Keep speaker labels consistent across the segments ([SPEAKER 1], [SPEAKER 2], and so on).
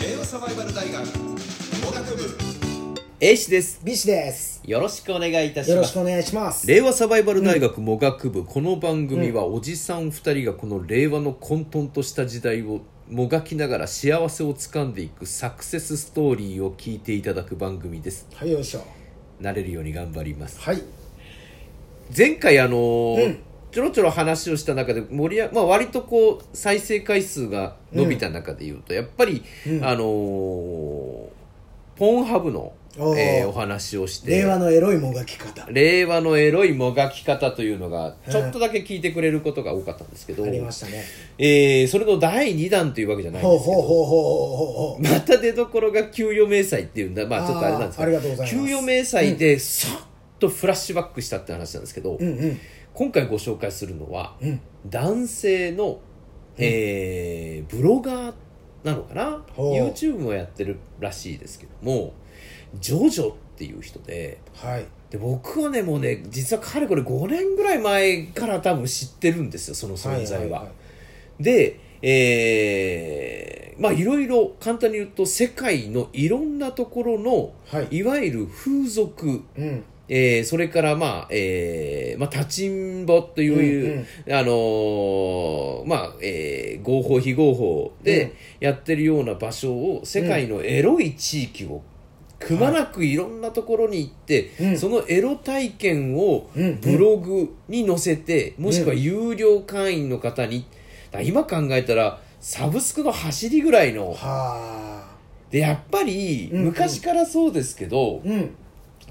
[SPEAKER 1] 令和サバイバル大学農学部
[SPEAKER 2] A 氏です
[SPEAKER 3] ビシです。
[SPEAKER 2] よろしくお願いいたし
[SPEAKER 3] よろ
[SPEAKER 2] ま
[SPEAKER 3] し
[SPEAKER 2] す
[SPEAKER 3] くお願いします。
[SPEAKER 2] 令和サバイバル大学もがく部、この番組はおじさん2人がこの令和の混沌とした時代をもがきながら幸せをつかんでいくサクセスストーリーを聞いていただく番組です
[SPEAKER 3] はい、よいしょ。
[SPEAKER 2] 慣れるように頑張ります
[SPEAKER 3] はい。
[SPEAKER 2] 前回あのー
[SPEAKER 3] うん
[SPEAKER 2] ちょろちょろ話をした中で盛り上、まあ、割とこう再生回数が伸びた中で言うと、やっぱり、
[SPEAKER 3] うん
[SPEAKER 2] あのーポンハブの
[SPEAKER 3] お
[SPEAKER 2] お,、
[SPEAKER 3] ー
[SPEAKER 2] えーお話をして
[SPEAKER 3] 令和のエロいもがき方。
[SPEAKER 2] 令和のエロいもがき方というのがちょっとだけ聞いてくれることが多かったんですけど、
[SPEAKER 3] ありましたね。
[SPEAKER 2] えーそれの第2弾というわけじゃないん
[SPEAKER 3] ほう
[SPEAKER 2] ですけ
[SPEAKER 3] ほう
[SPEAKER 2] ど
[SPEAKER 3] ほうほうほうほうほう。
[SPEAKER 2] また出どころが給与明細っていうんだまあちょっとあれなんです
[SPEAKER 3] あーありがとうござい
[SPEAKER 2] け
[SPEAKER 3] ま
[SPEAKER 2] ど
[SPEAKER 3] す
[SPEAKER 2] 給与明細でさっとフラッシュバックしたって話なんですけど、
[SPEAKER 3] うんうん
[SPEAKER 2] 今回ご紹介するのは
[SPEAKER 3] うん。
[SPEAKER 2] 男性の、えーブロガーなのかな
[SPEAKER 3] ほう
[SPEAKER 2] YouTube もやってるらしいですけどもジョジョっていう人で。
[SPEAKER 3] はい。
[SPEAKER 2] で僕はねもうね実はかれこれ5年ぐらい前から多分知ってるんですよその存在は,、
[SPEAKER 3] い
[SPEAKER 2] でえー、まあいろいろ簡単に言うと世界のいろんなところの
[SPEAKER 3] はい。はい。
[SPEAKER 2] いわゆる風俗、
[SPEAKER 3] うん。
[SPEAKER 2] えーそれからまあ、えーまあ、立ちんぼという、
[SPEAKER 3] うん
[SPEAKER 2] あのーまあ、えー合法非合法
[SPEAKER 3] うん
[SPEAKER 2] でやってるような場所を世界のエロい地域をくまなくいろんなところに行って、
[SPEAKER 3] うん
[SPEAKER 2] そのエロ体験を
[SPEAKER 3] うん
[SPEAKER 2] ブログに載せて、もしくは
[SPEAKER 3] うん
[SPEAKER 2] 有料会員の方にだ今考えたらサブスクの走りぐらいの
[SPEAKER 3] はあ。
[SPEAKER 2] でやっぱり
[SPEAKER 3] うんうん
[SPEAKER 2] 昔からそうですけど、
[SPEAKER 3] うん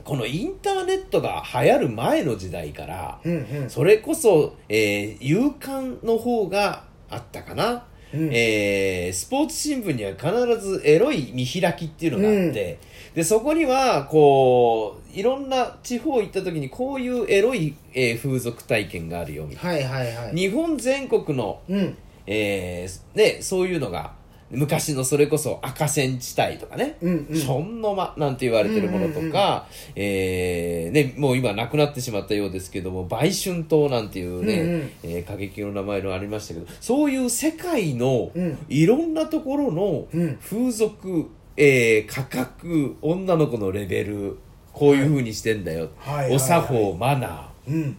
[SPEAKER 2] このインターネットが流行る前の時代から、
[SPEAKER 3] うんうん。
[SPEAKER 2] それこそ、えー、夕刊の方があったかな、
[SPEAKER 3] うん
[SPEAKER 2] えースポーツ新聞には必ずエロい見開きっていうのがあって、でそこにはこういろんな地方行った時にこういうエロい、えー風俗体験があるよみたい
[SPEAKER 3] はいはいは
[SPEAKER 2] な、
[SPEAKER 3] い。
[SPEAKER 2] 日本全国の、
[SPEAKER 3] うん。
[SPEAKER 2] えーね、そういうのが昔のそれこそ赤線地帯とかね、
[SPEAKER 3] うんうん。
[SPEAKER 2] ションの間なんて言われてるものと
[SPEAKER 3] うんうんうん
[SPEAKER 2] か、えーね、もう今なくなってしまったようですけども、売春党なんていうね、
[SPEAKER 3] うんうん
[SPEAKER 2] えー過激の名前のありましたけど、そういう世界の
[SPEAKER 3] うん
[SPEAKER 2] いろんなところ
[SPEAKER 3] う
[SPEAKER 2] の
[SPEAKER 3] ん
[SPEAKER 2] 風俗、えー価格、女の子のレベル、こういう風にしてんだよ。
[SPEAKER 3] はいはいはい
[SPEAKER 2] お作法、マナー。
[SPEAKER 3] うん。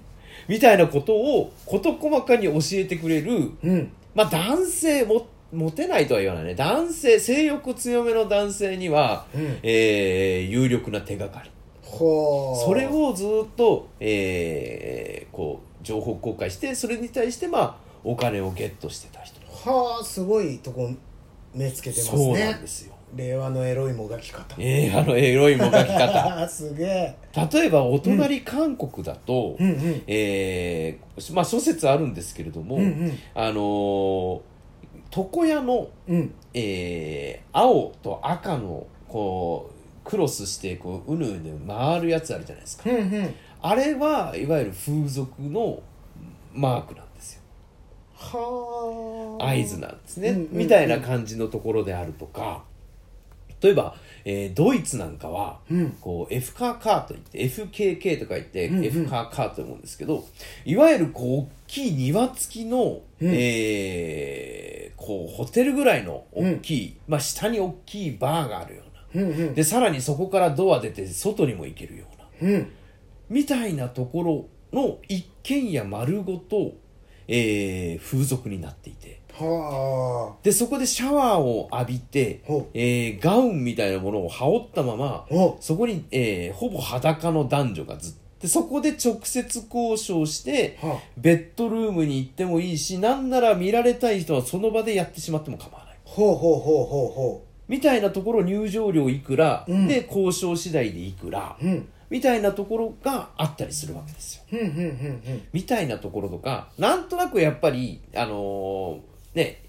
[SPEAKER 2] みたいなことを事細かに教えてくれる、
[SPEAKER 3] うん。
[SPEAKER 2] まあ男性も、モテないとは言わないね。男性、性欲強めの男性には、
[SPEAKER 3] うん
[SPEAKER 2] えー有力な手がかり。
[SPEAKER 3] ほう。
[SPEAKER 2] それ。をずっと、えーこう、情報公開して、それに対して、まあ、お金をゲットしてた人。
[SPEAKER 3] はあ、すごいとこ目つけてます
[SPEAKER 2] そうなん
[SPEAKER 3] ね
[SPEAKER 2] で。すよ。
[SPEAKER 3] 令和のエロいもがき方。
[SPEAKER 2] えー、あの、エロいもがき方。
[SPEAKER 3] ああ、 すげえ。
[SPEAKER 2] 例えば、お隣韓国だと、
[SPEAKER 3] うんうん。
[SPEAKER 2] えーまあ、諸説あるんですけれども、
[SPEAKER 3] うんうん。
[SPEAKER 2] あのー床屋の、
[SPEAKER 3] うん。
[SPEAKER 2] えー青と赤のこうクロスしてこううぬうぬ回るやつあるじゃないですか
[SPEAKER 3] うんうん。
[SPEAKER 2] あれはいわゆる風俗のマークなんですよ
[SPEAKER 3] はあ
[SPEAKER 2] 合図なんですね、
[SPEAKER 3] うんうんうん
[SPEAKER 2] みたいな感じのところであるとか例えば、えードイツなんかは、
[SPEAKER 3] うん
[SPEAKER 2] こう F カーカーといって FKK とか言って、
[SPEAKER 3] うんうん
[SPEAKER 2] F カーカーと思うんですけどいわゆるこう大きい庭付きの、
[SPEAKER 3] うん
[SPEAKER 2] えーこうホテルぐらいの大きい、まあ、下に大きいバーがあるよう
[SPEAKER 3] うんう
[SPEAKER 2] なんでさらにそこからドア出て外にも行けるような
[SPEAKER 3] うん
[SPEAKER 2] みたいなところの一軒家丸ごと、えー風俗になっていて。
[SPEAKER 3] は
[SPEAKER 2] でそこでシャワーを浴びて
[SPEAKER 3] ほ、
[SPEAKER 2] えーガウンみたいなものを羽織ったまま
[SPEAKER 3] ほ
[SPEAKER 2] そこに、えーほぼ裸の男女がずっでそこで直接交渉して
[SPEAKER 3] あは
[SPEAKER 2] ベッドルームに行ってもいいしなんなら見られたい人はその場でやってしまっても構わない
[SPEAKER 3] ほうほうほうほうほ
[SPEAKER 2] みたいなところ入場料いくら、
[SPEAKER 3] うん
[SPEAKER 2] で交渉次第でいくら、
[SPEAKER 3] ううん
[SPEAKER 2] みたいなところがあったりするわけですよ
[SPEAKER 3] うんうんうん
[SPEAKER 2] みたいなところとかなんとなくやっぱりあのーね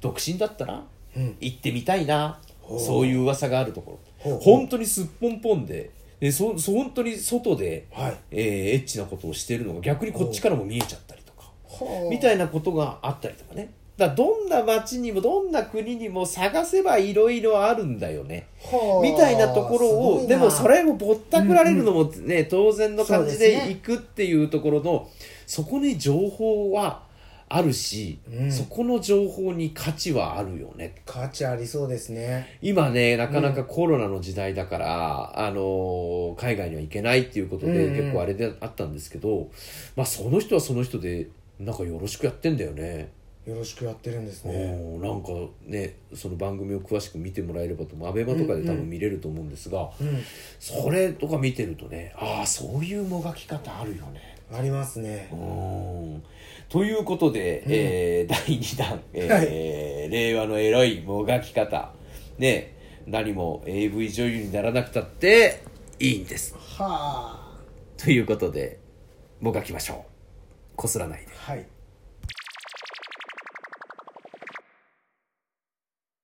[SPEAKER 2] 独身だったら
[SPEAKER 3] うんうん
[SPEAKER 2] 行ってみたいな
[SPEAKER 3] ほう
[SPEAKER 2] そういう噂があるとこ
[SPEAKER 3] ほう
[SPEAKER 2] ろ
[SPEAKER 3] ほう
[SPEAKER 2] 本当にすっぽんぽんででそそ本当に外で、
[SPEAKER 3] はい
[SPEAKER 2] えーエッチなことをしてるのが逆にこっちからも見えちゃったりとか
[SPEAKER 3] はあ
[SPEAKER 2] みたいなことがあったりとかねだからどんな町にもどんな国にも探せばいろいろあるんだよね
[SPEAKER 3] はあ
[SPEAKER 2] みたいなところ
[SPEAKER 3] すご
[SPEAKER 2] を
[SPEAKER 3] いな
[SPEAKER 2] でもそれをぼったくられるのもね、当然の感じ
[SPEAKER 3] そうです
[SPEAKER 2] で
[SPEAKER 3] ね
[SPEAKER 2] 行くっていうところのそこに情報はあるし、
[SPEAKER 3] うん
[SPEAKER 2] そこの情報に価値はあるよね
[SPEAKER 3] 価値ありそうですね
[SPEAKER 2] 今ねなかなかコロナの時代だから、あのー海外には行けないっていうことで、
[SPEAKER 3] うんうん
[SPEAKER 2] 結構あれであったんですけど、まあ、その人はその人でなんかよろしくやってんだよね、
[SPEAKER 3] よろしくやってるんです
[SPEAKER 2] う
[SPEAKER 3] ね
[SPEAKER 2] んなんかねその番組を詳しく見てもらえればと思うアベマとかで多分見れると思うんですが、
[SPEAKER 3] うん
[SPEAKER 2] それとか見てるとねああそういうもがき方あるよね
[SPEAKER 3] ありますね
[SPEAKER 2] うんということで、
[SPEAKER 3] うん
[SPEAKER 2] えー第2弾、えー
[SPEAKER 3] はい
[SPEAKER 2] 令和のエロいもがき方」ね何も AV 女優にならなくたっていいんです
[SPEAKER 3] はあ
[SPEAKER 2] ということでもがきましょうこすらないで
[SPEAKER 3] はい